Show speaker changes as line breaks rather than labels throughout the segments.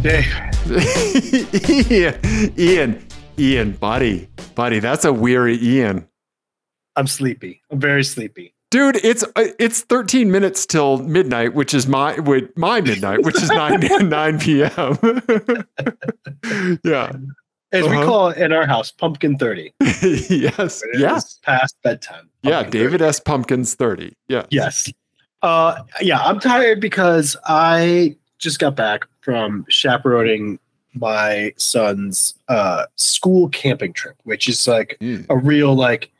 Dave.
Ian, Ian, Ian, buddy, buddy, that's a weary Ian.
I'm sleepy. I'm very sleepy.
Dude, it's uh, it's 13 minutes till midnight, which is my with my midnight, which is 9 9 p.m. yeah.
As we
Uh-huh.
call it in our house, pumpkin 30.
yes.
It
Yeah.
is past bedtime.
Yeah,
Pumpkin 30.
David S. Pumpkins 30. Yeah.
Yes. Uh, yeah, I'm tired because I just got back from chaperoning my son's uh, school camping trip, which is like
Mm.
a real like.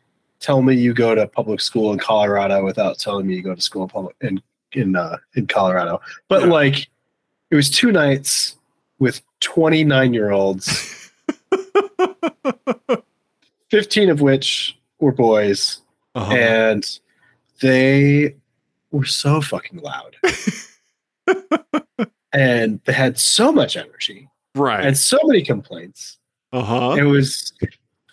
Tell me you go to public school in Colorado without telling me you go to school in public in in uh, in Colorado. But
Yeah.
like, it was two nights with 29 year olds, 15 of which were boys
Uh-huh.
and they were so fucking loud and they had so much energy
right.
and so many complaints
Uh-huh.
it was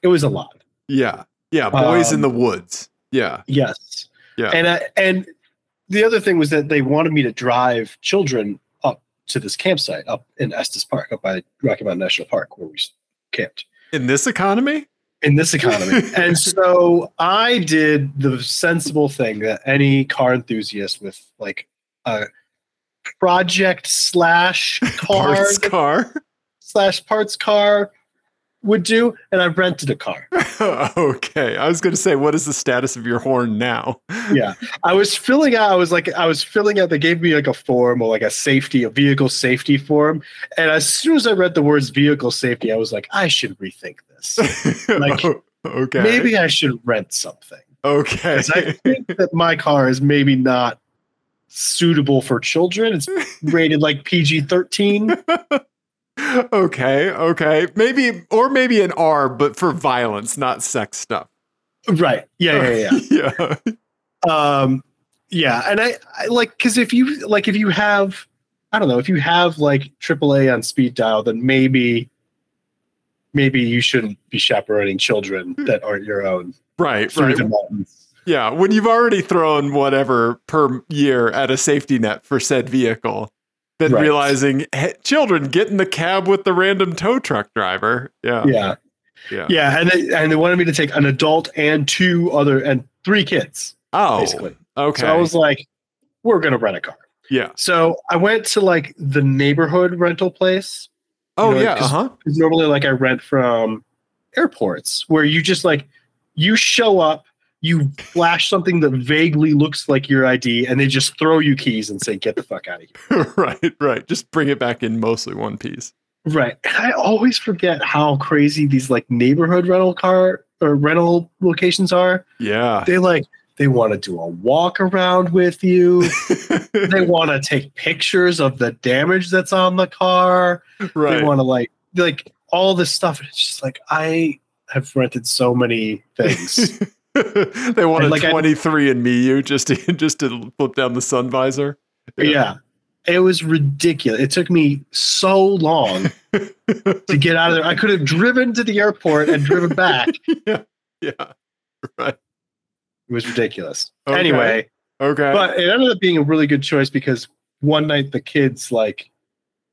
it was a lot
Yeah. Yeah, boys in
Um,
the woods. Yeah.
yes
Yeah.
and I, and the other thing was that they wanted me to drive children up to this campsite up in estes park up by rocky mountain national park where we camped
In this economy?
in this economy and so i did the sensible thing that any car enthusiast with like a project slash car
Parts car.
slash parts car would do and i rented a car
okay. I was going to say what is the status of your horn now?
yeah i was filling out i was like i was filling out they gave me like a form or like a safety a vehicle safety form and as soon as i read the words vehicle safety i was like i should rethink this Like,
O- Oh, okay.
maybe i should rent something
Okay.
'Cause I think that my car is maybe not suitable for children. It's rated like PG 13.
okay. Okay. Maybe or maybe an R, but for violence, not sex stuff.
Right. Yeah. Yeah.
yeah. yeah.
Yeah. Um, yeah. And I, I like, cause if you, like, if you have, I don't know, if you have like AAA on speed dial, then maybe, maybe you shouldn't be chaperoning children that aren't your own
Right.
through
Right.
the mountains.
Yeah. When you've already thrown whatever per year at a safety net for said vehicle, then
Right.
realizing hey, children get in the cab with the random tow truck driver. Yeah.
Yeah.
Yeah.
Oh. Yeah. And they, and they wanted me to take an adult and two other, and three kids,
Oh.
basically.
Okay.
So I was like, we're going to rent a car.
yeah.
So I went to like the neighborhood rental place.
Oh
know,
yeah.
like, 'cause-
Uh huh.
'Cause Normally, like I rent from airports where you just like you show up, you flash something that vaguely looks like your ID, and they just throw you keys and say, "Get the fuck out of here."
right, right. Just bring it back in mostly one piece.
Right. And I always forget how crazy these like neighborhood rental car or rental locations are.
Yeah.
They like they want to do a walk around with you. they want to take pictures of the damage that's on the car.
right.
they want to like like all this stuff and it's just like i have rented so many things
they want a
And, like, I-
23 and me you just to just to flip down the sun visor.
yeah. it was ridiculous it took me so long to get out of there i could have driven to the airport and driven back it
Yeah.
was ridiculous
Okay.
anyway
Okay.
but it ended up being a really good choice because one night the kids like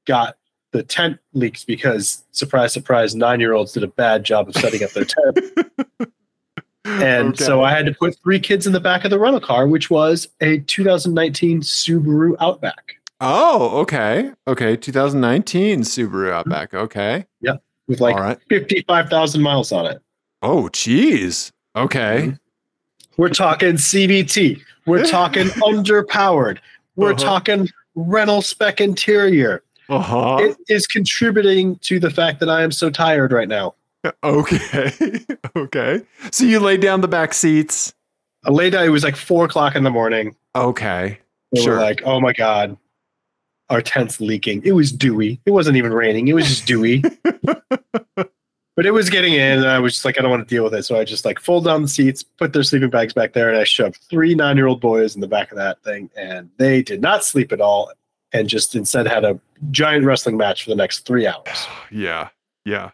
got the tent leaks because surprise surprise nine year olds did a bad job of setting up their tent And
Okay.
so I had to put three kids in the back of the rental car, which was a 2019 Subaru Outback
Oh, okay. Okay. 2019 Subaru Outback. Okay.
with Mm-hmm. like
All right.
55,000 miles on it.
Oh, geez. Okay.
We're talking CVT. We're talking underpowered. We're
Uh-huh.
talking rental spec interior.
Uh-huh.
Mm-hmm. It is contributing to the fact that I am so tired right now.
okay. okay. So you laid down the back seats.
I laid down, it was like four o'clock in the morning.
Okay.
They
Sure.
were like, oh my God, our tent's leaking. It was dewy. It wasn't even raining. It was just dewy. but it was getting in, and I was just like, I don't want to deal with it. So I just like fold down the seats, put their sleeping bags back there, and I shoved three nine year old boys in the back of that thing. And they did not sleep at all and just instead had a giant wrestling match for the next three hours.
Yeah. Yeah.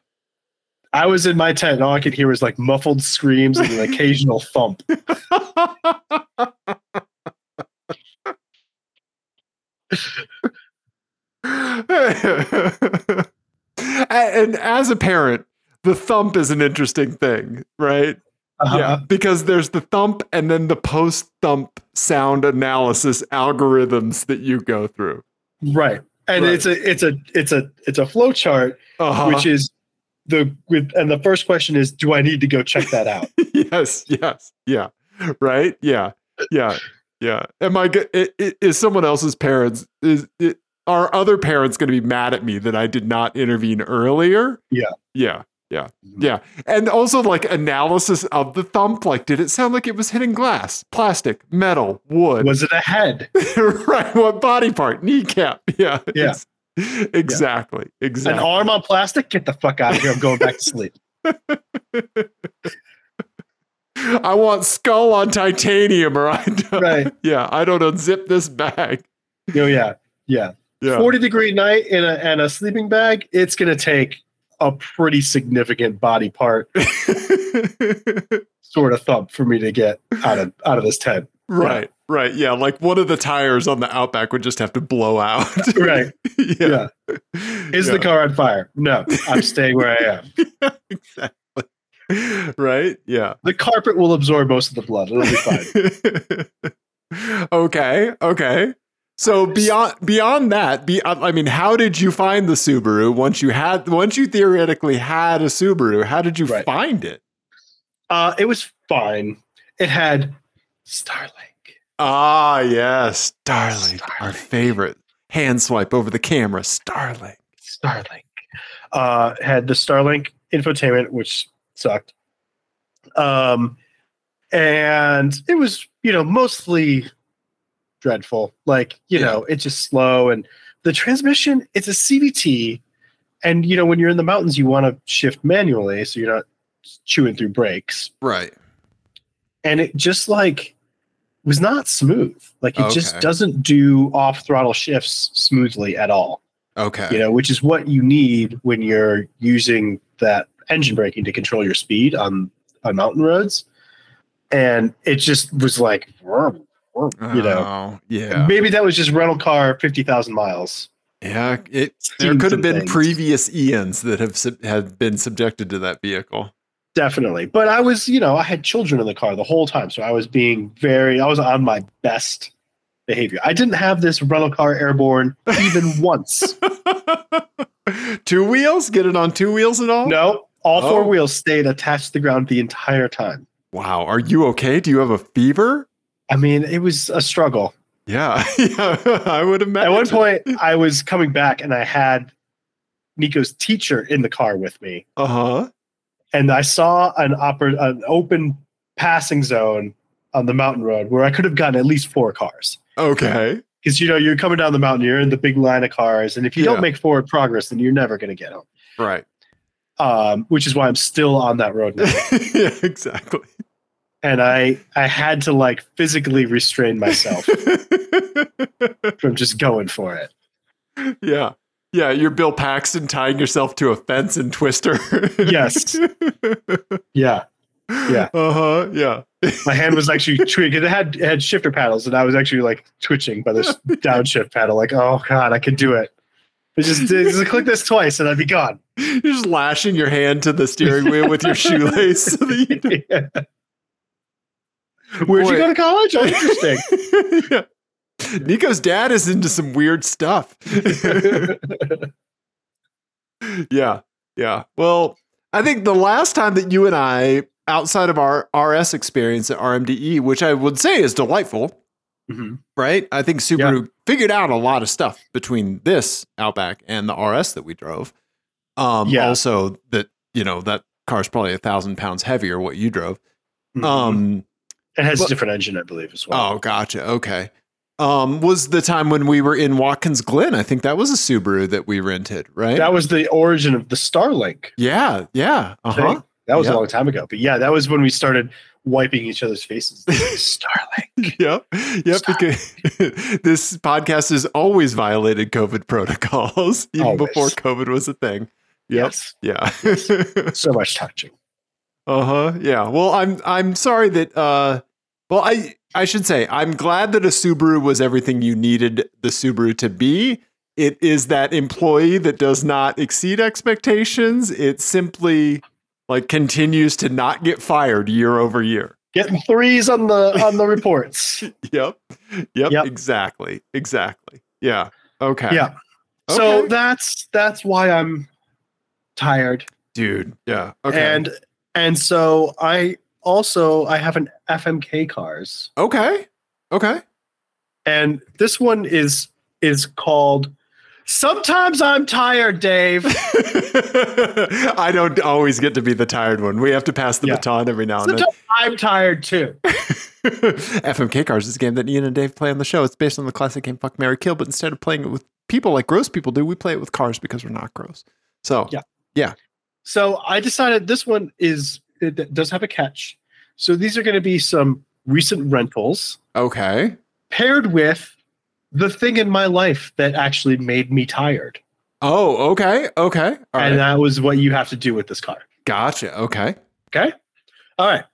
I was in my tent, and all I could hear was like muffled screams and an occasional thump.
as a parent, the thump is an interesting thing, right? Yeah,
Uh-huh.
because there's the thump and then the post thump sound analysis algorithms that you go through.
Right. And
Right.
it's a it's a it's a it's a flow chart,
Uh-huh.
which is the with and the first question is, do I need to go check that out?
yes, yes, yeah, right, yeah, yeah, yeah. Am I go- i- i- Is someone else's parents? Is it, are other parents going to be mad at me that I did not intervene earlier?
Yeah. Mm-hmm.
yeah, yeah, yeah. And also like analysis of the thump. Like, did it sound like it was hitting glass, plastic, metal, wood?
Was it a head?
right. What body part? Kneecap. Yeah.
Yeah.
ex- Exactly.
An
Exactly.
arm on plastic? Get the fuck out of here. I'm going back to sleep.
I want skull on titanium, or I don't.
Right.
Yeah, I don't unzip this bag.
Oh yeah. Yeah.
Yeah.
40 degree night in a and a sleeping bag, it's gonna take a pretty significant body part sort of thump for me to get out of out of this tent.
right. Right. Yeah. Like one of the tires on the Outback would just have to blow out.
Right.
yeah.
Is
Yeah.
the car on fire? No. I'm staying where I am.
exactly. Right. Yeah.
The carpet will absorb most of the blood. It'll be fine.
okay. Okay. So beyond beyond that, be, I I mean, how did you find the Subaru once you had once you theoretically had a Subaru? How did you
Right.
find it?
Uh, it was fine. It had Starlink.
Ah, yes, Starlink, our
Starlink.
favorite hand swipe over the camera, Starlink.
Starlink. Uh, had the Starlink infotainment, which sucked. Um, and it was, you know, mostly dreadful. Like, you
Yeah.
know, it's just slow and the transmission, it's a CVT. And, you know, when you're in the mountains, you want to shift manually so you're not chewing through brakes.
Right.
and it just like was not smooth. Like it just
Okay.
doesn't do off throttle shifts smoothly at all.
Okay.
You know, which is what you need when you're using that engine braking to control your speed on on mountain roads. And it just was like, "Vroom, vroom," you know,
Oh, yeah,
maybe that was just rental car fifty thousand miles.
yeah. It there
Seen
could have
some
been
things.
previous Ians that have sub- have been subjected to that vehicle.
Definitely. But I was, you know, I had children in the car the whole time. So I was being very, I was on my best behavior. I didn't have this rental car airborne even once.
two wheels? Get it on two wheels at all?
No, all four
Oh.
wheels stayed attached to the ground the entire time.
Wow. Are you okay? Do you have a fever?
I mean, it was a struggle.
Yeah. yeah. I would imagine.
At one point, I was coming back and I had Nico's teacher in the car with me,
Uh huh.
and I saw an oper- an open passing zone on the mountain road where I could have gotten at least four cars.
Okay.
Because you know you're coming down the mountain, you're in the big line of cars, and if you
Yeah.
don't make forward progress, then you're never going to get home.
Right.
Um, which is why I'm still on that road now,
yeah, exactly.
and I I had to like physically restrain myself from just going for it.
yeah. Yeah. You're Bill Paxton tying yourself to a fence and twister.
Yes. Yeah, Yeah.
Uh huh. Yeah.
my hand was actually twitching because it had it had shifter paddles, and I was actually like twitching by this downshift paddle. Like, oh god, I could do it. It's just, it's just click this twice, and I'd be gone.
You're just lashing your hand to the steering wheel with your shoelace. So that you don't-
Where'd
Boy.
you go to college? Oh, interesting.
Yeah. Nico's dad is into some weird stuff. yeah. Yeah. Well, I think the last time that you and I, outside of our RS experience at RMDE, E, which I would say is delightful,
Mhm.
right? I think Subaru figured out a lot of stuff between this Outback and the RS that we drove. Um,
Yeah.
Also, that, you know, that car's probably a thousand pounds heavier what you drove.
Mhm.
Um,
it has
well-
a different engine, I believe, as well.
Oh, gotcha. Okay. Um, was the time when we were in Watkins Glen. I think that was a Subaru that we rented, right?
That was the origin of the Starlink.
yeah, yeah. Uh-huh.
thing. That was
Yeah.
a long time ago. But yeah, that was when we started wiping each other's faces. Starlink.
Yep. Yep.
Stop.
Because this podcast has always violated COVID protocols, even
Always.
before COVID was a thing. Yep.
Yes.
Yeah.
So much touching.
Uh-huh. Yeah. Well, I'm I'm sorry that uh well, I I should say I'm glad that a Subaru was everything you needed the Subaru to be It is that employee that does not exceed expectations. It simply like continues to not get fired year over year.
Getting threes on the on the reports.
Yep. Yep.
Yep.
Exactly. Exactly. Yeah. Okay.
Yeah. So
Okay.
that's that's why I'm tired.
dude. Yeah. Okay.
And and so I also I have an FMK cars.
okay. Okay.
And this one is is called Sometimes I'm tired, Dave.
I don't always get to be the tired one. We have to pass the
Yeah.
baton every now and then.
Sometimes I'm tired too.
FMK Cars is a game that Ian and Dave play on the show. It's based on the classic game Fuck Mary Kill, but instead of playing it with people like gross people do, we play it with cars because we're not gross. So
Yeah. So I decided this one is it does have a catch. So these are going to be some recent rentals
okay.
paired with the thing in my life that actually made me tired.
Oh, okay. Okay. All right.
And uh, that was what you have to do with this car.
gotcha. Okay.
Okay. All right.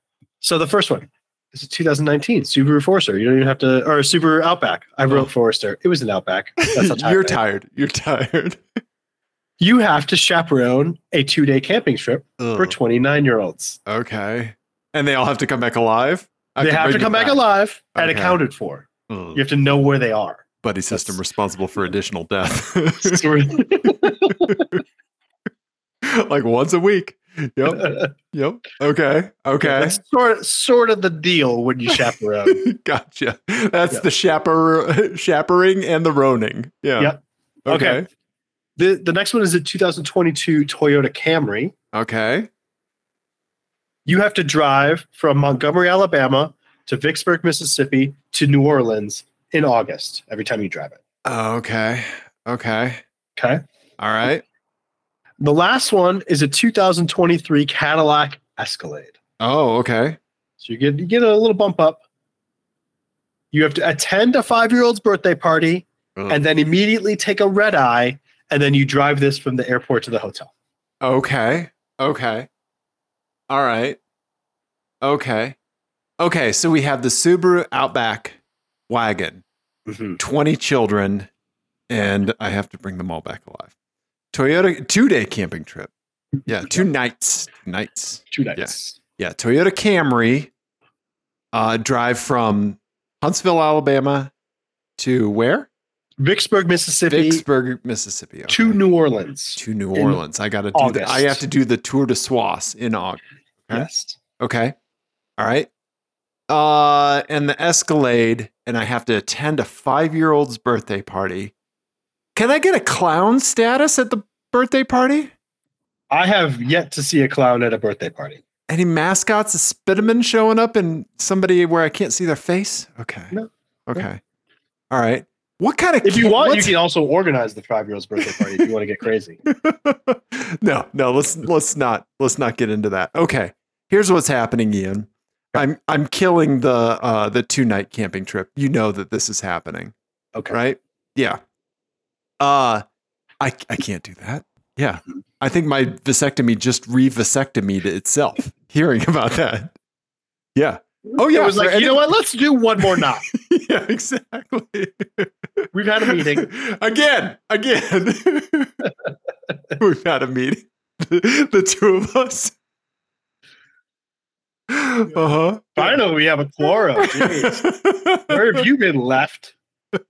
So the first one. This is 2019 Subaru Forester. You don't even have to, or Subaru Outback. I wrote
Oh.
Forester. It was an Outback. That's how tired.
You're
I am.
tired. You're tired.
You have to chaperone a two day camping trip for
Ugh.
29 year olds.
Okay. And they all have to come back alive?
They have to
bring
come
them
back alive and
Okay.
accounted for.
Ugh.
You have to know where they are.
buddy system
That's-
responsible for additional death.
Sort
like once a week. Yep.
of-
Yep. Okay. Okay.
That's sort sort of the deal when you chaperone.
gotcha. That's
Yeah.
the chaper chaperoning and the roaning. Yeah.
Yep.
Okay.
Okay.
Okay.
the The next one is a 2022 Toyota Camry. You have to drive from Montgomery, Alabama, to Vicksburg, Mississippi, to New Orleans in August. Every time you drive it.
Okay. Okay.
Okay.
All right.
The last one is a 2023 Cadillac Escalade.
Oh, okay.
So you get you get a little bump up. You have to attend a five year old's birthday party
Ugh.
and then immediately take a red eye, and then you drive this from the airport to the hotel.
Okay. Okay. All right. Okay. Okay. So we have the Subaru Outback wagon. 20 children, and I have to bring them all back alive. Toyota two day camping trip. Yeah, two nights. Nights.
Two nights.
Yeah, Toyota Camry uh, drive from Huntsville, Alabama to where?
Vicksburg, Mississippi
Vicksburg, Mississippi. Okay.
to New Orleans.
to New
in
Orleans. I got to do that. I
August.
have to do the Tour de Soisse in August. Okay.
Yes.
Okay. All right. Uh, and the Escalade, and I have to attend a five year old's birthday party. Can I get a clown status at the birthday party?
I have yet to see a clown at a birthday party.
Any mascots, a Spiderman showing up and somebody where I can't see their face? Okay.
No.
Okay. All right. What kind of
If you
kid-
want, you
what's-
can also organize the five year old's birthday party if you want to get crazy.
no, no, let's let's not let's not get into that. Okay. Here's what's happening, Ian. I'm I'm killing the uh the two night camping trip. You know that this is happening.
Okay.
Right? Yeah. Uh I I can't do that. Yeah. I think my vasectomy just re-vasectomied itself hearing about that. Yeah. Oh yeah.
it was
for
like, you
any-
know what? Let's do one more knock.
yeah, exactly.
We've had a meeting.
Again, again. We've had a meeting. the two of us. Uh-huh.
Finally, we have a quorum. Jeez. Where have you been left?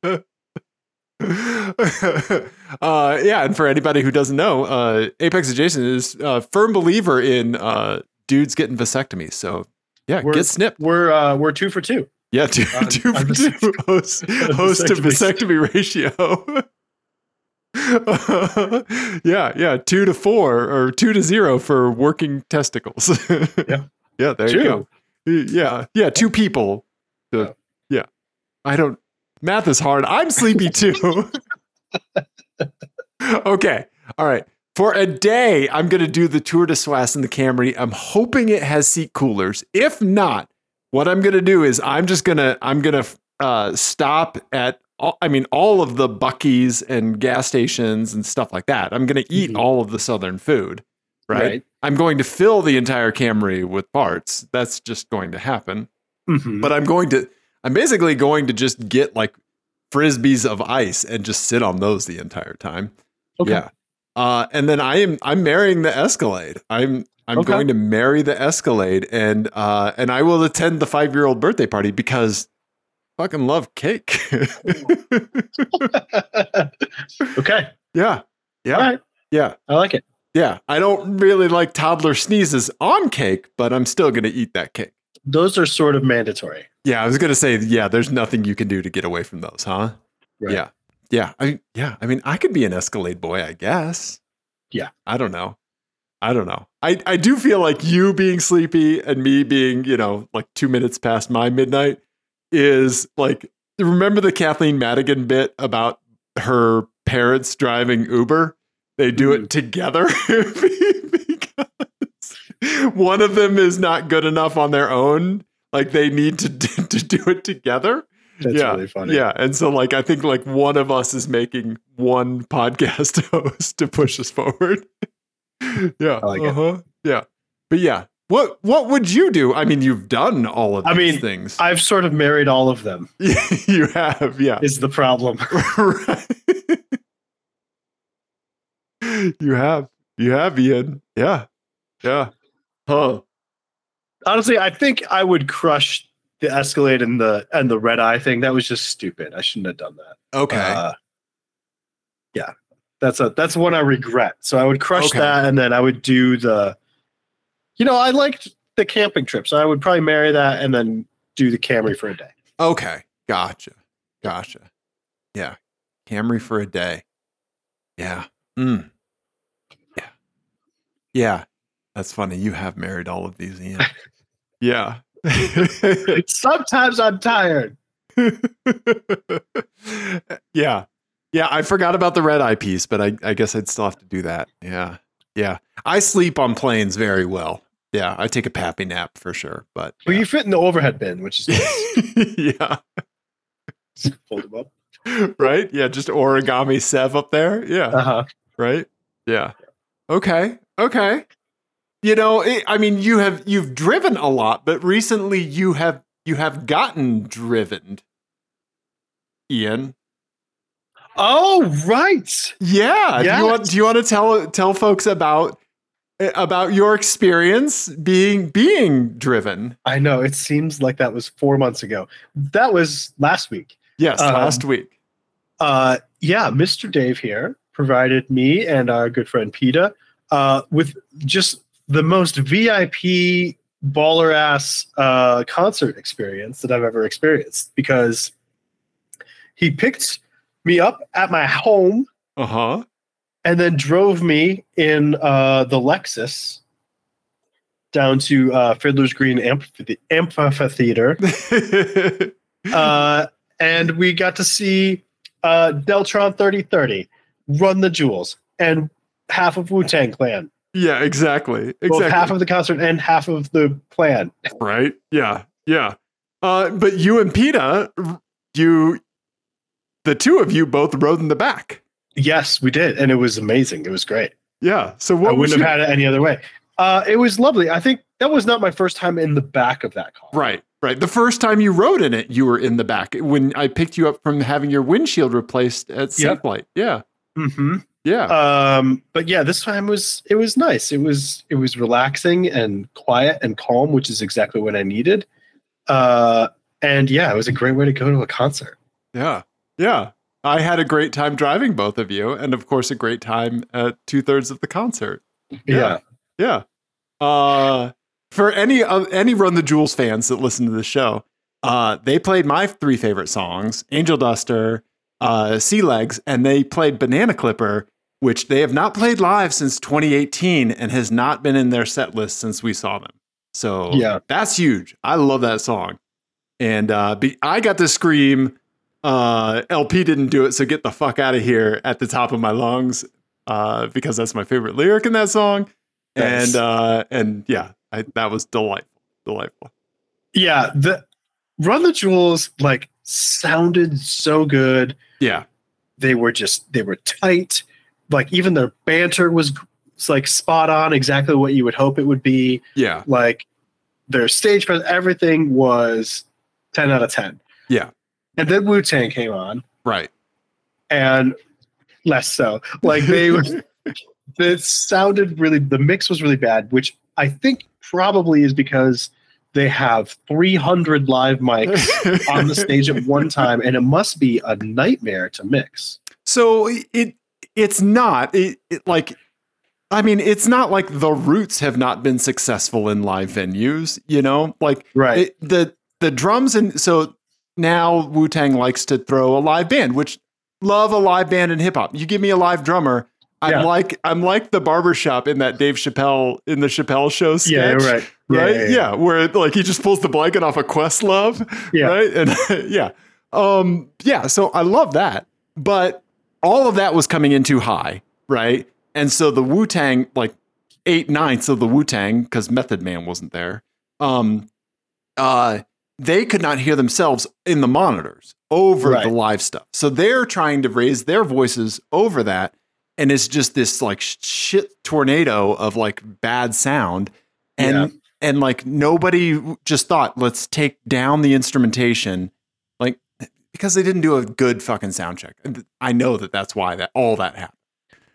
uh, yeah, and for anybody who doesn't know, uh, Apex Adjacent is a firm believer in uh, dudes getting vasectomies. So, yeah,
We're-
get snipped.
We're uh, we're two for two.
Yeah, two,
On-
two
on
for two host, host to vasectomy ratio. yeah, yeah, two to four or two to zero for working testicles.
Yeah.
yeah, there
two.
you go. Yeah, yeah, two people.
Yeah.
Yeah, I don't. Math is hard. I'm sleepy too. okay, all right. For a day, I'm going to do the Tour de Soisse in the Camry. I'm hoping it has seat coolers. If not, what I'm going to do is I'm just going to I'm going to uh, stop at all, I mean all of the Buckies and gas stations and stuff like that. I'm going to eat
Mhm.
all of the southern food, right? I'm going to fill the entire Camry with parts. That's just going to happen.
Mhm.
But I'm going to I'm basically going to just get like frisbees of ice and just sit on those the entire time.
Okay.
Yeah. Uh, and then I am I'm marrying the Escalade. I'm I'm
Okay.
going to marry the Escalade, and uh, and I will attend the five year old birthday party because I fucking love cake.
okay.
yeah, yeah,
All right.
yeah,
I like it.
yeah. I don't really like toddler sneezes on cake, but I'm still gonna eat that cake.
Those are sort of mandatory.
Yeah, I was gonna say yeah. There's nothing you can do to get away from those, huh?
Right.
Yeah, yeah. I yeah. I mean, I could be an Escalade boy, I guess.
Yeah.
I don't know. I don't know. I I do feel like you being sleepy and me being you know like two minutes past my midnight is like remember the Kathleen Madigan bit about her parents driving Uber. They do
Mm-hmm.
it together because one of them is not good enough on their own. Like they need to to do it together.
That's
Yeah.
really funny.
Yeah, and so like I think like one of us is making one podcast host to push us forward. yeah.
I like it.
uh-huh. Yeah. But yeah, what what would you do? I mean, you've done all of
I
these
mean,
things.
I've sort of married all of them.
you have, yeah.
Is the problem?
Right. you have. You have, Ian. Yeah. Yeah. Huh.
Honestly, I think I would crush the Escalade and the and the red eye thing. That was just stupid. I shouldn't have done that.
Okay.
Uh, yeah, that's a that's one I regret. So I would crush
Okay.
that, and then I would do the. You know, I liked the camping trip, so I would probably marry that and then do the Camry for a day.
Okay. Gotcha. Gotcha. Yeah. Camry for a day. Yeah. Mm. Yeah. Yeah. That's funny. You have married all of these, Ian. yeah.
Sometimes I'm tired.
yeah. Yeah. I forgot about the red eye piece, but I, I guess I'd still have to do that. Yeah. Yeah. I sleep on planes very well. Yeah. I take a pappy nap for sure. But
Well, you fit in the overhead bin, which is
yeah.
fold them up.
Right. Yeah. Just origami Sev up there. Yeah.
Uh huh.
right? Yeah. Okay. Okay. You know, it, I mean, you have you've driven a lot, but recently you have you have gotten driven. Ian.
Oh right.
Yeah. Do you want
Yes.
do you want to tell tell folks about eh, about your experience being being driven?
I know. It seems like that was four months ago. That was last week.
Yes,
Um,
last week.
Uh, yeah, Mr. Dave here provided me and our good friend PETA uh, with just the most VIP baller ass uh, concert experience that I've ever experienced because he picked me up at my home
Uh-huh.
and then drove me in uh, the Lexus down to uh, Fiddler's Green Amphithe- Amphitheater uh, and we got to see uh, Deltron 3030 run the jewels and half of Wu Tang Clan,
yeah, exactly. Exactly.
both half of the concert and half of the plan.
right? Yeah, yeah. Uh, but you and Peta, you, the two of you both rode in the back.
Yes, we did, and it was amazing. It was great.
Yeah. So
I
what was
wouldn't
your-
have had it any other way. Uh, it was lovely. I think that was not my first time in the back of that car.
Right, right. The first time you rode in it, you were in the back when I picked you up from having your windshield replaced at
Yep.
Safelight. Yeah,
Mm-hmm.
yeah,
Um, but yeah, this time was it was nice. It was it was relaxing and quiet and calm, which is exactly what I needed. Uh, and yeah, it was a great way to go to a concert.
yeah, yeah. I had a great time driving both of you, and of course, a great time at two thirds of the concert.
Yeah.
Yeah. Uh, for any of any Run the Jewels fans that listen to the show, uh, they played my three favorite songs: Angel Duster, uh, Sea Legs, and they played Banana Clipper, which they have not played live since 2018 and has not been in their set list since we saw them. So
Yeah.
that's huge. I love that song, and uh, be, I got to scream. Uh, LP didn't do it, so get the fuck out of here at the top of my lungs, uh, because that's my favorite lyric in that song
Nice.
and uh and yeah I, that was delightful delightful
Yeah. The Run the Jewels like sounded so good.
yeah
They were just they were tight. Like even their banter was it's, like spot on, exactly what you would hope it would be.
yeah
Like their stage presence, everything was 10 out of 10.
Yeah.
And then Wu Tang came on
Right.
and less so. Like they, it sounded really. The mix was really bad, which I think probably is because they have 300 live mics on the stage at one time, and it must be a nightmare to mix.
So it it's not it, it like I mean it's not like the Roots have not been successful in live venues, you know? Like
Right.
it, the the drums and so now Wu Tang likes to throw a live band, which love a live band in hip hop. You give me a live drummer, I'm
Yeah.
like I'm like the barbershop in that Dave Chappelle in the Chappelle show sketch.
you're right. Yeah,
right? Yeah,
yeah, yeah.
where like he just pulls the blanket off of Questlove,
Yeah.
right? And yeah, um, yeah. So I love that, but all of that was coming in too high, right? And so the Wu Tang, like eight ninths of the Wu Tang, because Method Man wasn't there. Um, uh, they could not hear themselves in the monitors over
Right.
the live stuff. So they're trying to raise their voices over that. And it's just this like shit tornado of like bad sound. And
Yeah.
and like nobody just thought, let's take down the instrumentation. Like because they didn't do a good fucking sound check. And I know that that's why that all that happened,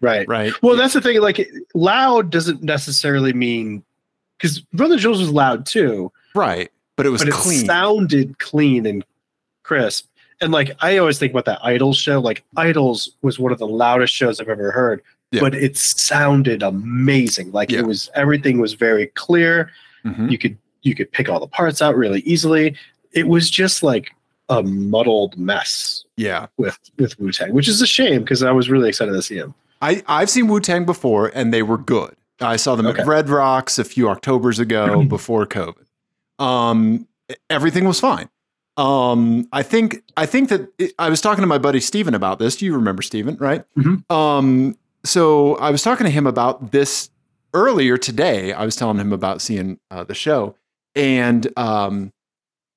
Right.
right?
Well, that's the thing. Like, loud doesn't necessarily mean because Brother Jules was loud too,
right. But it was
but it
clean.
sounded clean and crisp. And like, I always think about that Idols show. Like, Idols was one of the loudest shows I've ever heard,
Yeah.
but it sounded amazing. Like,
Yeah.
it was everything was very clear.
Mhm.
You could you could pick all the parts out really easily. It was just like a muddled mess
Yeah.
with with Wu Tang, which is a shame because I was really excited to see him.
I I've seen Wu Tang before, and they were good. I saw them
Okay.
at Red Rocks a few October's ago, before COVID. Um, everything was fine. Um, I think I think that it- I was talking to my buddy Steven about this. Do you remember Steven, right?
Mhm.
Um, so I was talking to him about this earlier today. I was telling him about seeing uh, the show, and um,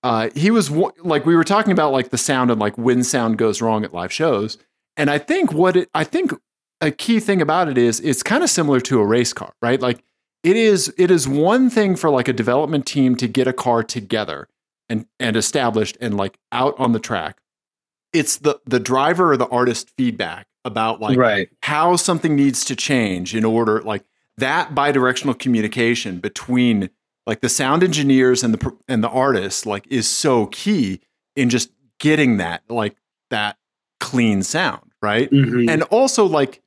uh, he was wa- like we were talking about like the sound and like when sound goes wrong at live shows. And I think what it, I think a key thing about it is it's kind of similar to a race car, right? Like it is it is one thing for like a development team to get a car together and and established and like out on the track. It's the the driver or the artist feedback about like
right.
how something needs to change in order like that bidirectional communication between like the sound engineers and the pr- and the artists like is so key in just getting that like that clean sound right
Mhm.
and also like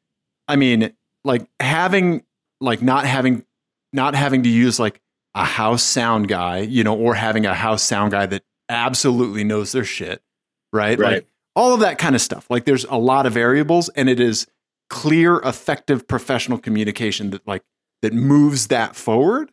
i mean like having like not having not having to use like a house sound guy you know or having a house sound guy that absolutely knows their shit right,
Right.
like all of that kind of stuff like there's a lot of variables and it is clear effective professional communication that like that moves that forward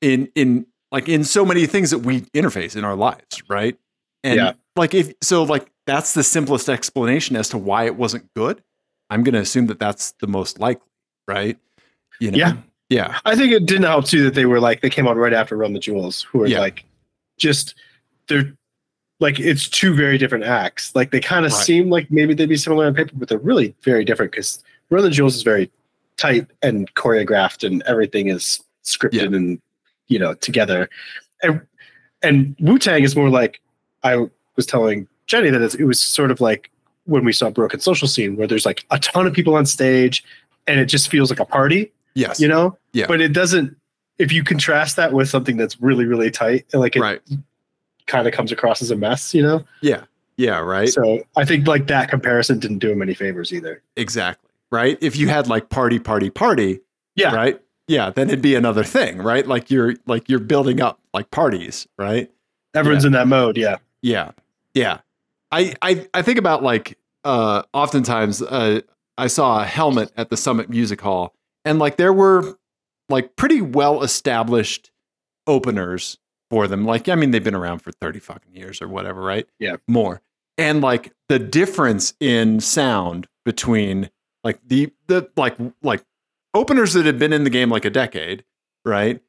in in like in so many things that we interface in our lives right and
Yeah.
like if so like that's the simplest explanation as to why it wasn't good i'm going to assume that that's the most likely right you know
Yeah.
yeah
I think it didn't help too that they were like they came on right after Run the Jewels, who are
Yeah.
like just they're like it's two very different acts. Like they kind of
Right.
seem like maybe they'd be similar on paper, but they're really very different because Run the Jewels is very tight and choreographed, and everything is scripted and you know together. And and Wu Tang is more like I was telling Jenny that it's, it was sort of like when we saw Broken Social Scene, where there's like a ton of people on stage, and it just feels like a party
yes
you know
Yeah.
but it doesn't if you contrast that with something that's really really tight like it
right
kind of comes across as a mess you know
yeah yeah right
so i think like that comparison didn't do him any favors either
exactly right if you had like party party party
Yeah.
right yeah then it'd be another thing right like you're like you're building up like parties right
everyone's in that mode yeah
Yeah. Yeah. I I, I think about like uh oftentimes uh I saw a helmet at the Summit Music Hall and like there were like pretty well established openers for them. Like I mean they've been around for 30 fucking years or whatever, right?
Yeah.
More. And like the difference in sound between like the the like like openers that had been in the game like a decade, right?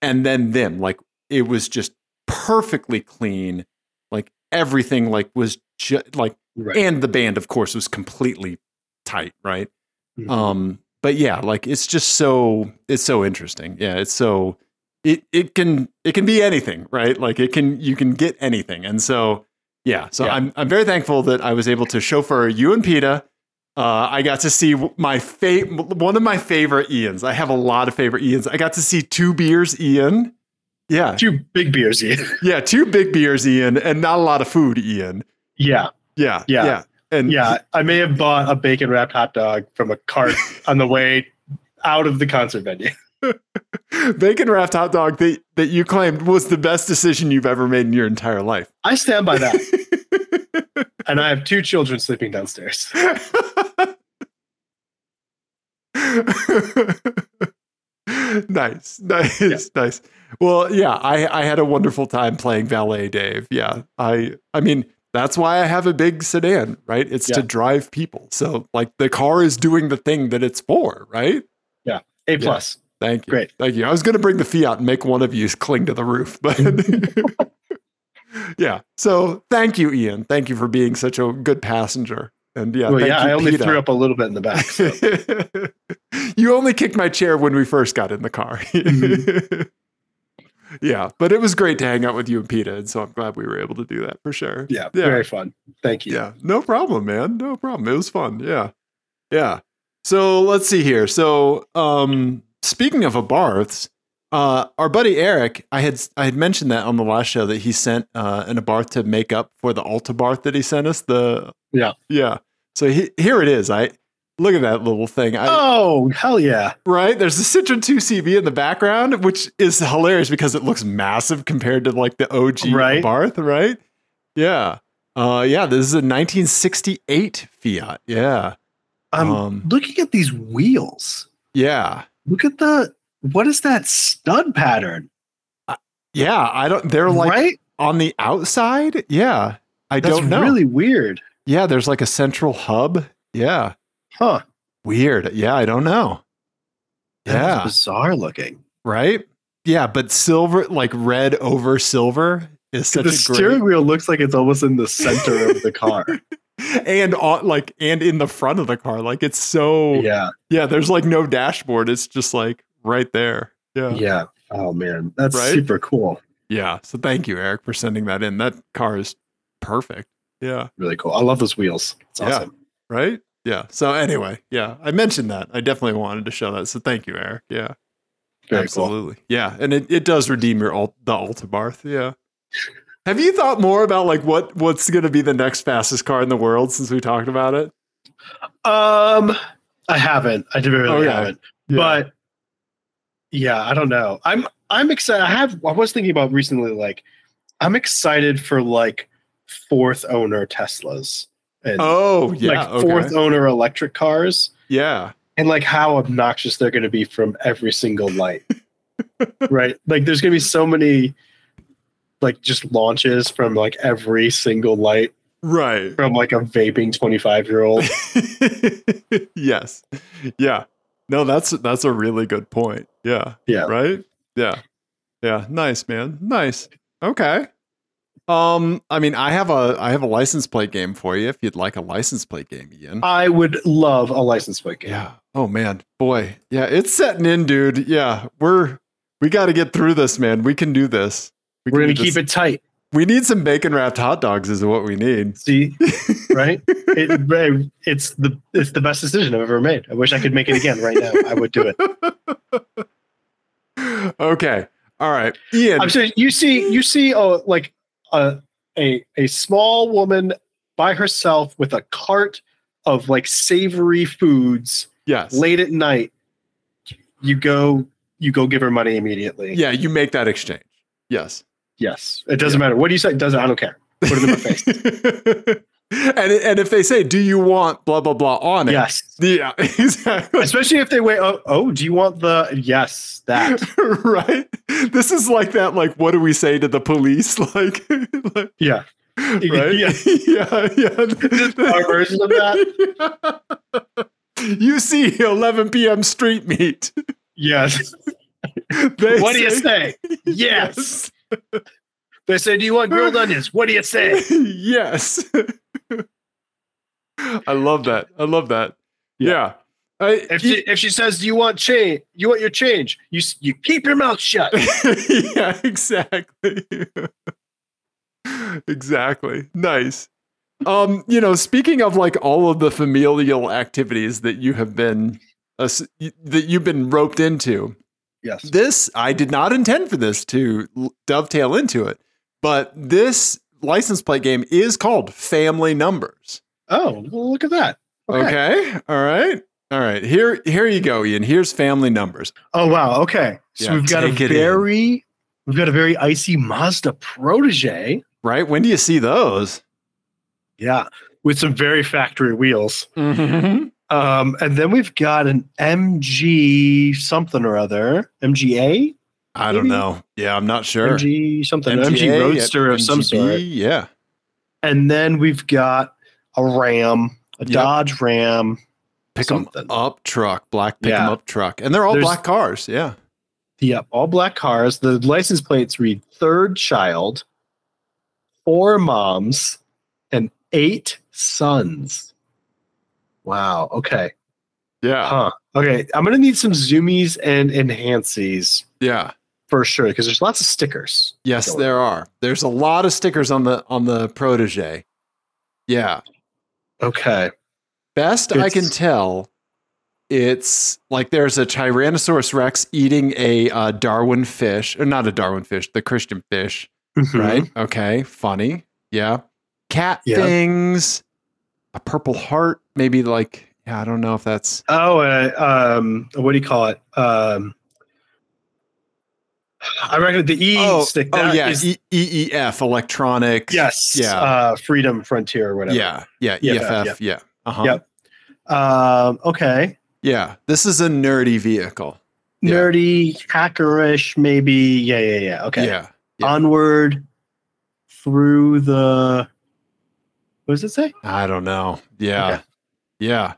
And then them like it was just perfectly clean like everything like was ju- like
right
and the band of course was completely tight right
Mhm.
um but yeah like it's just so it's so interesting yeah it's so it it can it can be anything right like it can you can get anything and so Yeah. So
Yeah.
I'm I'm very thankful that I was able to chauffeur you and Peta. Uh, I got to see my fa- one of my favorite Ian's. I have a lot of favorite Ian's. I got to see two beers, Ian. Yeah,
Two big beers. Ian.
yeah, two big beers, Ian, and not a lot of food, Ian.
yeah.
Yeah,
Yeah.
and
Yeah. I may have bought a bacon wrapped hot dog from a cart on the way out of the concert venue.
bacon wrapped hot dog that that you claimed was the best decision you've ever made in your entire life.
I stand by that. and I have two children sleeping downstairs.
nice, nice, nice. Well, yeah, I, I had a wonderful time playing Valet Dave. Yeah, I I mean that's why I have a big sedan, right? It's to
Yeah.
drive people. So like the car is doing the thing that it's for, right?
A plus.
Thank you.
Great.
Thank you. I was going to bring the Fiat and make one of you cling to the roof, but yeah. So thank you, Ian. Thank you for being such a good passenger. And yeah,
well,
thank
yeah,
you,
I only
Peta.
threw up a little bit in the back. so-
you only kicked my chair when we first got in the car.
Mm-hmm.
yeah, but it was great to hang out with you and Peta, and so I'm glad we were able to do that for sure.
yeah,
Yeah.
very fun. Thank you.
Yeah, no problem, man. No problem. It was fun. Yeah. Yeah. So let's see here. So um speaking of a Barths, uh our buddy Eric, I had I had mentioned that on the last show that he sent uh an Abarth to make up for the Alta Barth that he sent us. The
Yeah.
Yeah. So he, here it is. I look at that little thing. I
Oh, hell yeah.
right? There's the Citroen 2CV in the background, which is hilarious because it looks massive compared to like the OG
Right.
Barth, right? Yeah. Uh, yeah, this is a 1968 Fiat. Yeah.
I'm
Um,
looking at these wheels.
Yeah.
Look at the what is that stud pattern?
Yeah. I don't, they're like
right?
on the outside. Yeah. I
That's
don't know.
really weird.
yeah. There's like a central hub. Yeah.
Huh.
Weird. Yeah. I don't know.
That is
Yeah.
bizarre looking.
Right. Yeah. But silver, like red over silver is such
the
a great.
steering wheel looks like it's almost in the center of the car.
and on like and in the front of the car like it's so yeah,
Yeah.
there's like no dashboard it's just like right there yeah yeah,
Yeah. Oh man. That's
Right?
super cool.
so thank you eric for sending that in that car is perfect yeah
Really cool. I love those wheels. It's
Yeah.
awesome.
right yeah so anyway yeah i mentioned that i definitely wanted to show that so thank you eric yeah
Very cool.
absolutely yeah and it, it does redeem your alt the altabarth yeah have you thought more about like what what's going to be the next fastest car in the world since we talked about it
Um, I haven't. I really
Okay.
haven't.
Oh, Yeah.
But yeah, I don't know. I'm I'm excited. I have. I was thinking about recently. Like, I'm excited for like fourth owner Teslas and
oh yeah
like
okay.
fourth owner electric cars
yeah
and like how obnoxious they're going to be from every single light. right? Like, there's going to be so many like just launches from like every single light
right
from like a vaping 25 year old.
yes. Yeah. No, that's that's a really good point. Yeah.
Yeah.
Right? Yeah. Yeah. Nice, man. Nice. Okay. Um, I mean, I have a I have a license plate game for you if you'd like a license plate game, Ian.
I would love a license plate game.
yeah. Oh man. Boy. Yeah, it's setting in, dude. Yeah. We're we gotta get through this, man. We can do this. We
We're
can
gonna
do
keep
this.
it tight.
We need some bacon wrapped hot dogs, is what we need.
See, right? It, right, it's the it's the best decision I've ever made. I wish I could make it again right now. I would do it.
okay. All right. Ian.
I'm saying you see you see oh like a a a small woman by herself with a cart of like savory foods
yes.
late at night. You go you go give her money immediately.
Yeah, you make that exchange. Yes.
Yes. It doesn't matter. What do you say? It doesn't I don't care. Put it in my face.
and and if they say, "Do you want blah blah blah on it?"
yes.
Yeah. Exactly.
Especially if they wait. Oh, oh, do you want the yes that?
right. This is like that. Like, what do we say to the police? Like, like
Yeah,
right?
Yeah.
yeah. Yeah.
our version of that.
You see 11 p.m. street meet.
Yes.
They
What do you say? Yes. They say, do you want grilled onions? What do you say?
yes. I love that. I love that. Yeah. I,
If she, if she says, do you want change? You want your change? You s- you keep your mouth shut.
yeah, exactly. exactly. Nice. Um, you know, speaking of like all of the familial activities that you have been uh, that you've been roped into.
Yes.
This I did not intend for this to l- dovetail into it, but this license plate game is called Family Numbers.
Oh, well, look at that.
Okay. All right. All right. Here here you go, Ian. Here's Family Numbers.
Oh wow. Okay. So
Yeah,
we've got a
take it in.
very we've got a very icy Mazda protege.
Right? When do you see those?
Yeah. With some very factory wheels.
Mm-hmm.
Um, and then we've got an MG something or other. MGA?
I don't
Maybe.
know. Yeah, I'm not sure.
MG something. MG
MTA,
Roadster of some
MGB,
sort.
Yeah.
And then we've got a Ram, a
Yep.
Dodge Ram.
Pick 'em
Something.
up truck, black pick 'em
Yeah.
up truck. And they're all
There's-
black cars. Yeah.
Yep, uh, all black cars. The license plates read third child, four moms, and eight sons. Wow. Okay.
Yeah.
Huh. Okay. I'm gonna need some zoomies and enhancies
Yeah.
for sure, because there's lots of stickers.
Yes,
Go on.
there are. There's a lot of stickers on the on the protege. Yeah.
Okay.
Best I can
It's-
tell, it's like there's a Tyrannosaurus Rex eating a uh, Darwin fish, or not a Darwin fish, the Christian fish,
Right.
right? Okay, funny. Yeah. Cat
Mm-hmm. Yeah.
things, a purple heart, maybe like, yeah, I don't know if that's
Oh, uh, um, what do you call it? Um, I reckon the E
oh,
stick.
oh
that
yeah,
is-
E- EEF, electronic.
yes.
Yeah.
Uh, Freedom Frontier or whatever.
yeah, yeah,
Yeah,
EFF, yeah.
yeah.
Uh-huh.
Yep. Um, okay.
Yeah. This is a nerdy vehicle. Yeah.
nerdy, hackerish, maybe. Yeah, yeah, yeah. Okay.
Yeah. yeah.
Onward through the. What does it say?
I don't know. Yeah.
Okay.
Yeah.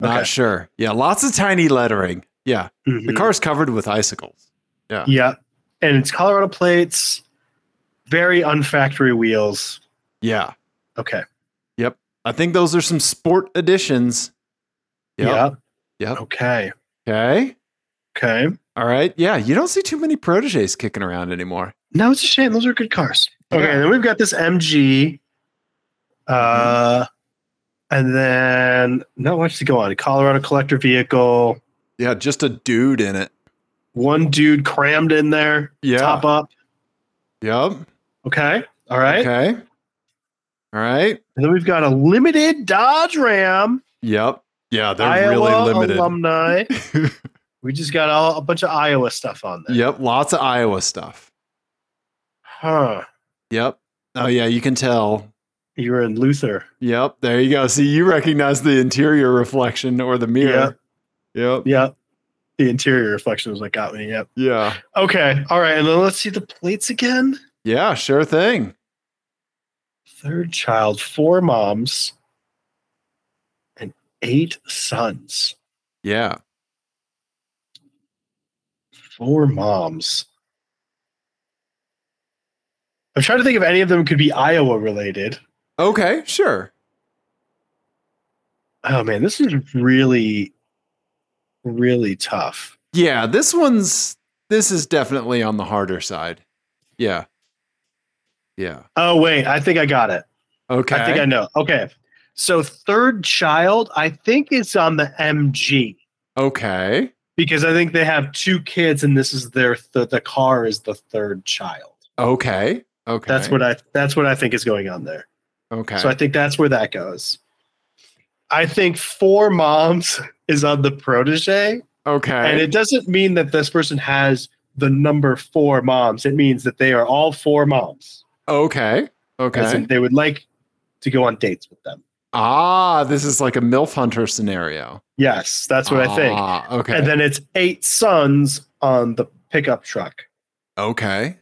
Not
Okay.
sure. Yeah. Lots of tiny lettering. Yeah. The
Mhm.
car's covered with icicles.
Yeah, and it's Colorado plates, very unfactory wheels.
Yeah.
Okay.
I think those are some sport additions. Yeah.
Yeah.
Yep.
Okay.
Okay.
Okay.
All right. Yeah. You don't see too many proteges kicking around anymore.
No, it's a shame. Those are good cars. Okay.
Yeah.
And then we've got this MG. Uh, and then not much to go on. Colorado collector vehicle.
Yeah. Just a dude in it.
One dude crammed in there.
Yeah.
Top up.
Yep.
Okay. All right.
Okay. All right.
And then we've got a limited Dodge Ram.
Yep. Yeah. They're
Iowa
really limited.
alumni. we just got all, a bunch of Iowa stuff on there.
yep. Lots of Iowa stuff.
Huh.
Yep. Oh, yeah. You can tell
You were in Luther.
Yep, there you go. See, you recognize the interior reflection or the mirror. Yep.
Yep. The interior reflection was what got me. Yep.
Yeah.
Okay. All right. And then let's see the plates again.
Yeah, sure thing.
Third child, four moms, and eight sons.
Yeah.
Four moms. I'm trying to think if any of them could be Iowa related.
Okay, sure.
Oh man, this is really, really tough.
Yeah, this one's this is definitely on the harder side. Yeah. Yeah.
Oh wait, I think I got it.
Okay.
I think I know. Okay, so third child, I think it's on the MG
okay.
because I think they have two kids, and this is their th- the car is the third child.
Okay. Okay.
That's what I that's what I think is going on there.
Okay.
So I think that's where that goes. I think four moms is on the protege.
okay.
And it doesn't mean that this person has the number four moms. It means that they are all four moms.
okay.
As
Okay.
in they would like to go on dates with them.
ah, this is like a MILF hunter scenario.
Yes, that's what I think.
Ah, okay.
And then it's eight sons on the pickup truck.
okay.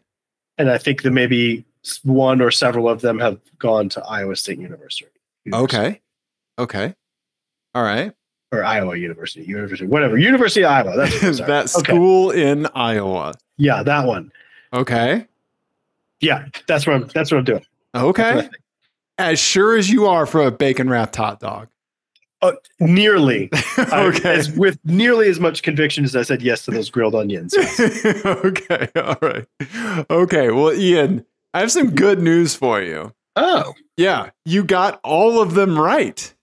And I think that maybe s- one or several of them have gone to Iowa State University. University,
Okay. Okay. All right.
Or Iowa University, University, whatever. University of Iowa. That's what those are.
that
Okay.
school in Iowa.
Yeah, that one.
Okay.
Yeah, that's what I'm that's what I'm doing. That's what I
Okay.
think.
As sure as you are for a bacon wrapped hot dog.
Nearly. I-
okay.
as- with nearly as much conviction as I said yes to those grilled onions.
okay. All right. Okay. Well, Ian, I- I have some good news for you.
Oh.
Yeah, you got all of them right.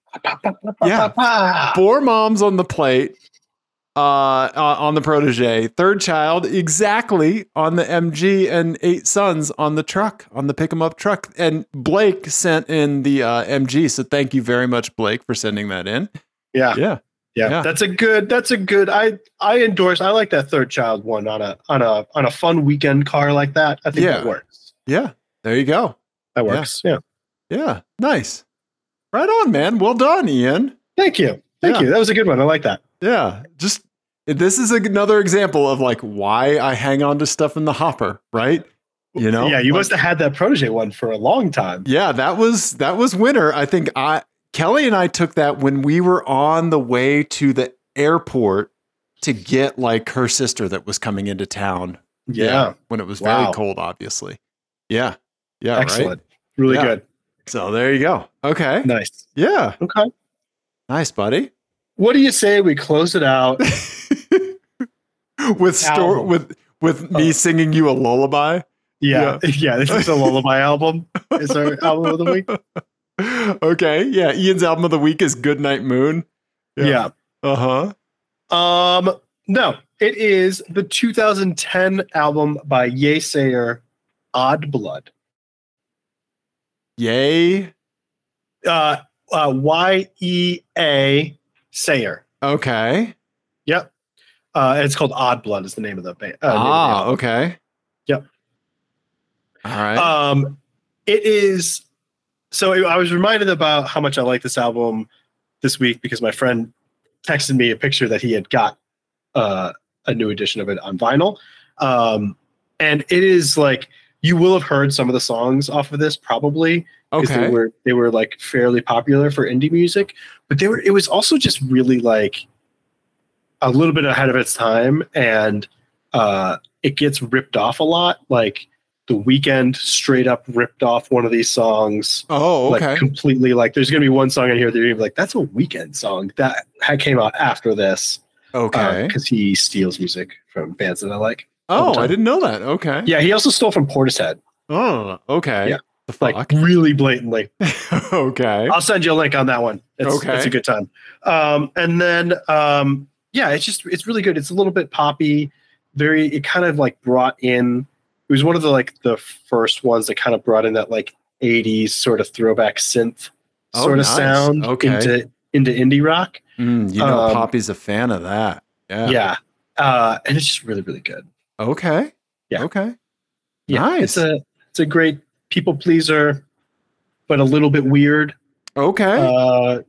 Yeah.
Ah,
Four moms on the plate, uh, uh, on the protege. Third child, exactly on the MG, and eight sons on the truck, on the pick 'em up truck. And Blake sent in the uh, MG, so thank you very much, Blake, for sending that in.
yeah,
Yeah,
yeah,
Yeah.
That's a good. That's a good. I I endorse. I like that third child one on a on a on a fun weekend car like that. I think
Yeah.
that works.
yeah. There you go.
That
Yeah.
works. Yeah.
Yeah, nice. Right on, man. Well done, Ian.
Thank you. Thank
Yeah.
you. That was a good one. I like that.
Yeah, just this is another example of like why I hang on to stuff in the hopper, right? You know?
yeah, you
Like,
must have had that protege one for a long time.
Yeah, that was that was winter. I think I Kelly and I took that when we were on the way to the airport to get like her sister that was coming into town.
Yeah,
when it was
Wow.
very cold, obviously. Yeah, yeah, right.
excellent. Really
Yeah.
good.
So there you go. Okay.
Nice.
Yeah,
Okay.
nice, buddy.
What do you say we close it out?
With store
Album.
with with
Uh.
me singing you a lullaby.
Yeah, yeah. this is a lullaby album. It's our album of the week.
okay. Yeah. Ian's album of the week is Good Night Moon.
Yeah.
Uh huh.
Um. No, it is the 2010 album by Yesayer, Odd Blood.
Yay.
Uh, uh, Y E A Sayer.
Okay.
Yep. Uh, and it's called Odd Blood. Is the name of the band. Uh, name of the album.
ah, okay.
Yep.
All right.
Um, it is. So I was reminded about how much I like this album this week because my friend texted me a picture that he had got uh, a new edition of it on vinyl, um, and it is like you will have heard some of the songs off of this probably because
okay.
they were they were like fairly popular for indie music, but they were it was also just really like a little bit ahead of its time and uh it gets ripped off a lot like the weekend straight up ripped off one of these songs
oh, okay.
like completely like there's gonna be one song in here that you're gonna be like that's a weekend song that ha- came out after this
okay.
because he steals music from bands that i like
oh,
time.
I didn't know that. Okay.
yeah he also stole from portishead
Oh, okay.
Yeah.
The
like uh,
fuck.
really blatantly
okay.
I'll send you a link on that one. It's,
Okay.
it's a good time. Um, and then um, yeah, it's just it's really good. It's a little bit poppy, very it kind of like brought in it was one of the like the first ones that kind of brought in that like 80s sort of throwback synth
Oh,
sort of
nice.
sound
Okay.
into into indie rock.
Mm, you know,
um,
Poppy's a fan of that. Yeah.
Yeah. Uh, and it's just really, really good.
Okay.
Yeah.
Okay.
Yeah.
Nice.
It's a it's a great people pleaser, but a little bit weird.
Okay.
Uh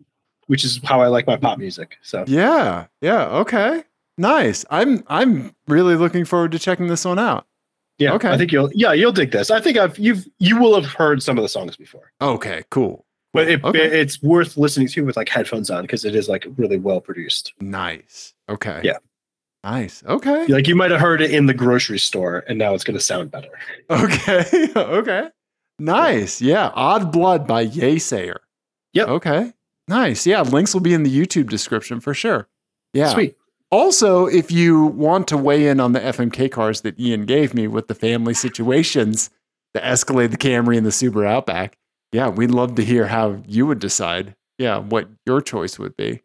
which is how I like my pop music. So
Yeah. Yeah. Okay. Nice. I'm I'm really looking forward to checking this one out.
Yeah.
Okay.
I think you'll yeah, you'll dig this. I think I've you've you will have heard some of the songs before.
Okay. Cool.
But it,
Okay.
it's worth listening to with like headphones on because it is like really well produced.
Nice. Okay.
Yeah.
Nice. Okay.
Like you might have heard it in the grocery store and now it's gonna sound better.
Okay. okay. Nice. Yeah. Odd Blood by Yaysayer.
Yep.
Okay. Nice. Yeah. Links will be in the YouTube description for sure. Yeah.
Sweet.
Also, if you want to weigh in on the FMK cars that Ian gave me with the family situations, the Escalade, the Camry, and the Subaru Outback, yeah, we'd love to hear how you would decide. Yeah, what your choice would be.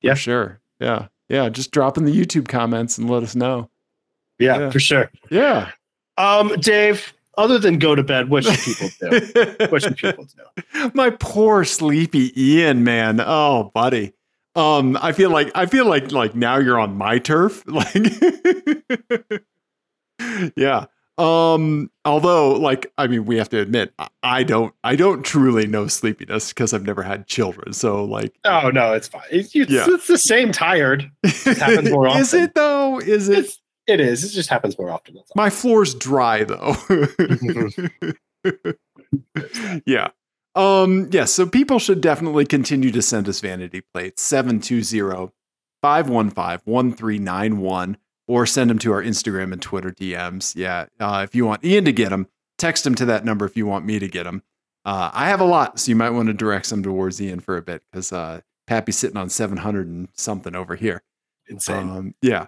Yeah.
for sure. Yeah, yeah. Just drop in the YouTube comments and let us know.
Yeah,
Yeah.
for sure.
Yeah.
Um, Dave, other than go to bed, what should people do? what should people do?
My poor sleepy Ian, man. Oh, buddy. Um, I feel like I feel like like now you're on my turf. Like Yeah. Um, although like I mean we have to admit I, I don't I don't truly know sleepiness because I've never had children. So like
Oh no, it's fine. It's, it's,
Yeah.
it's the same tired. happens more
Is
often.
it though? Is it
It's, it is. It just happens more often. That's all.
my floor's dry though. yeah. Um, yeah, so people should definitely continue to send us vanity plates 720-515-1391 or send them to our Instagram and Twitter DMs. Yeah. Uh, if you want Ian to get them, text him to that number if you want me to get them. Uh, I have a lot, so you might want to direct some towards Ian for a bit because uh, Pappy's sitting on 700 and something over here.
Insane.
Um, yeah.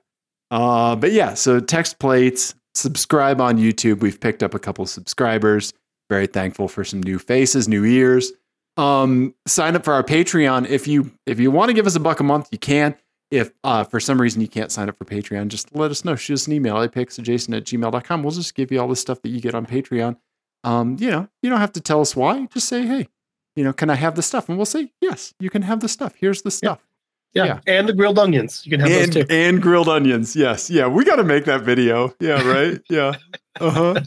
Uh, but yeah, so text plates, subscribe on YouTube. We've picked up a couple subscribers. Very thankful for some new faces, new ears. Um, sign up for our Patreon if you if you want to give us a buck a month, you can. If uh, for some reason you can't sign up for Patreon, just let us know. Shoot us an email, apexadjacent at gmail.com. We'll just give you all the stuff that you get on Patreon. Um, you know, you don't have to tell us why. Just say, hey, you know, can I have the stuff? And we'll say, yes, you can have the stuff. Here's the stuff.
Yeah.
Yeah.
And the grilled onions. You can have
and,
those too.
and grilled onions. Yes. Yeah. We got to make that video. Yeah. Right. Yeah. Uh huh.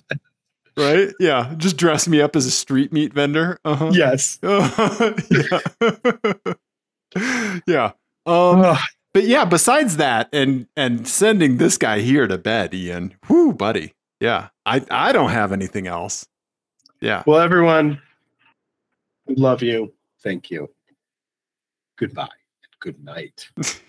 right. Yeah. Just dress me up as a street meat vendor. Uh huh.
Yes.
yeah. yeah. Um,
Ugh.
but yeah, besides that and and sending this guy here to bed, Ian. Whoo, buddy. Yeah. I I don't have anything else. Yeah.
well, everyone, we love you. Thank you. Goodbye and good night.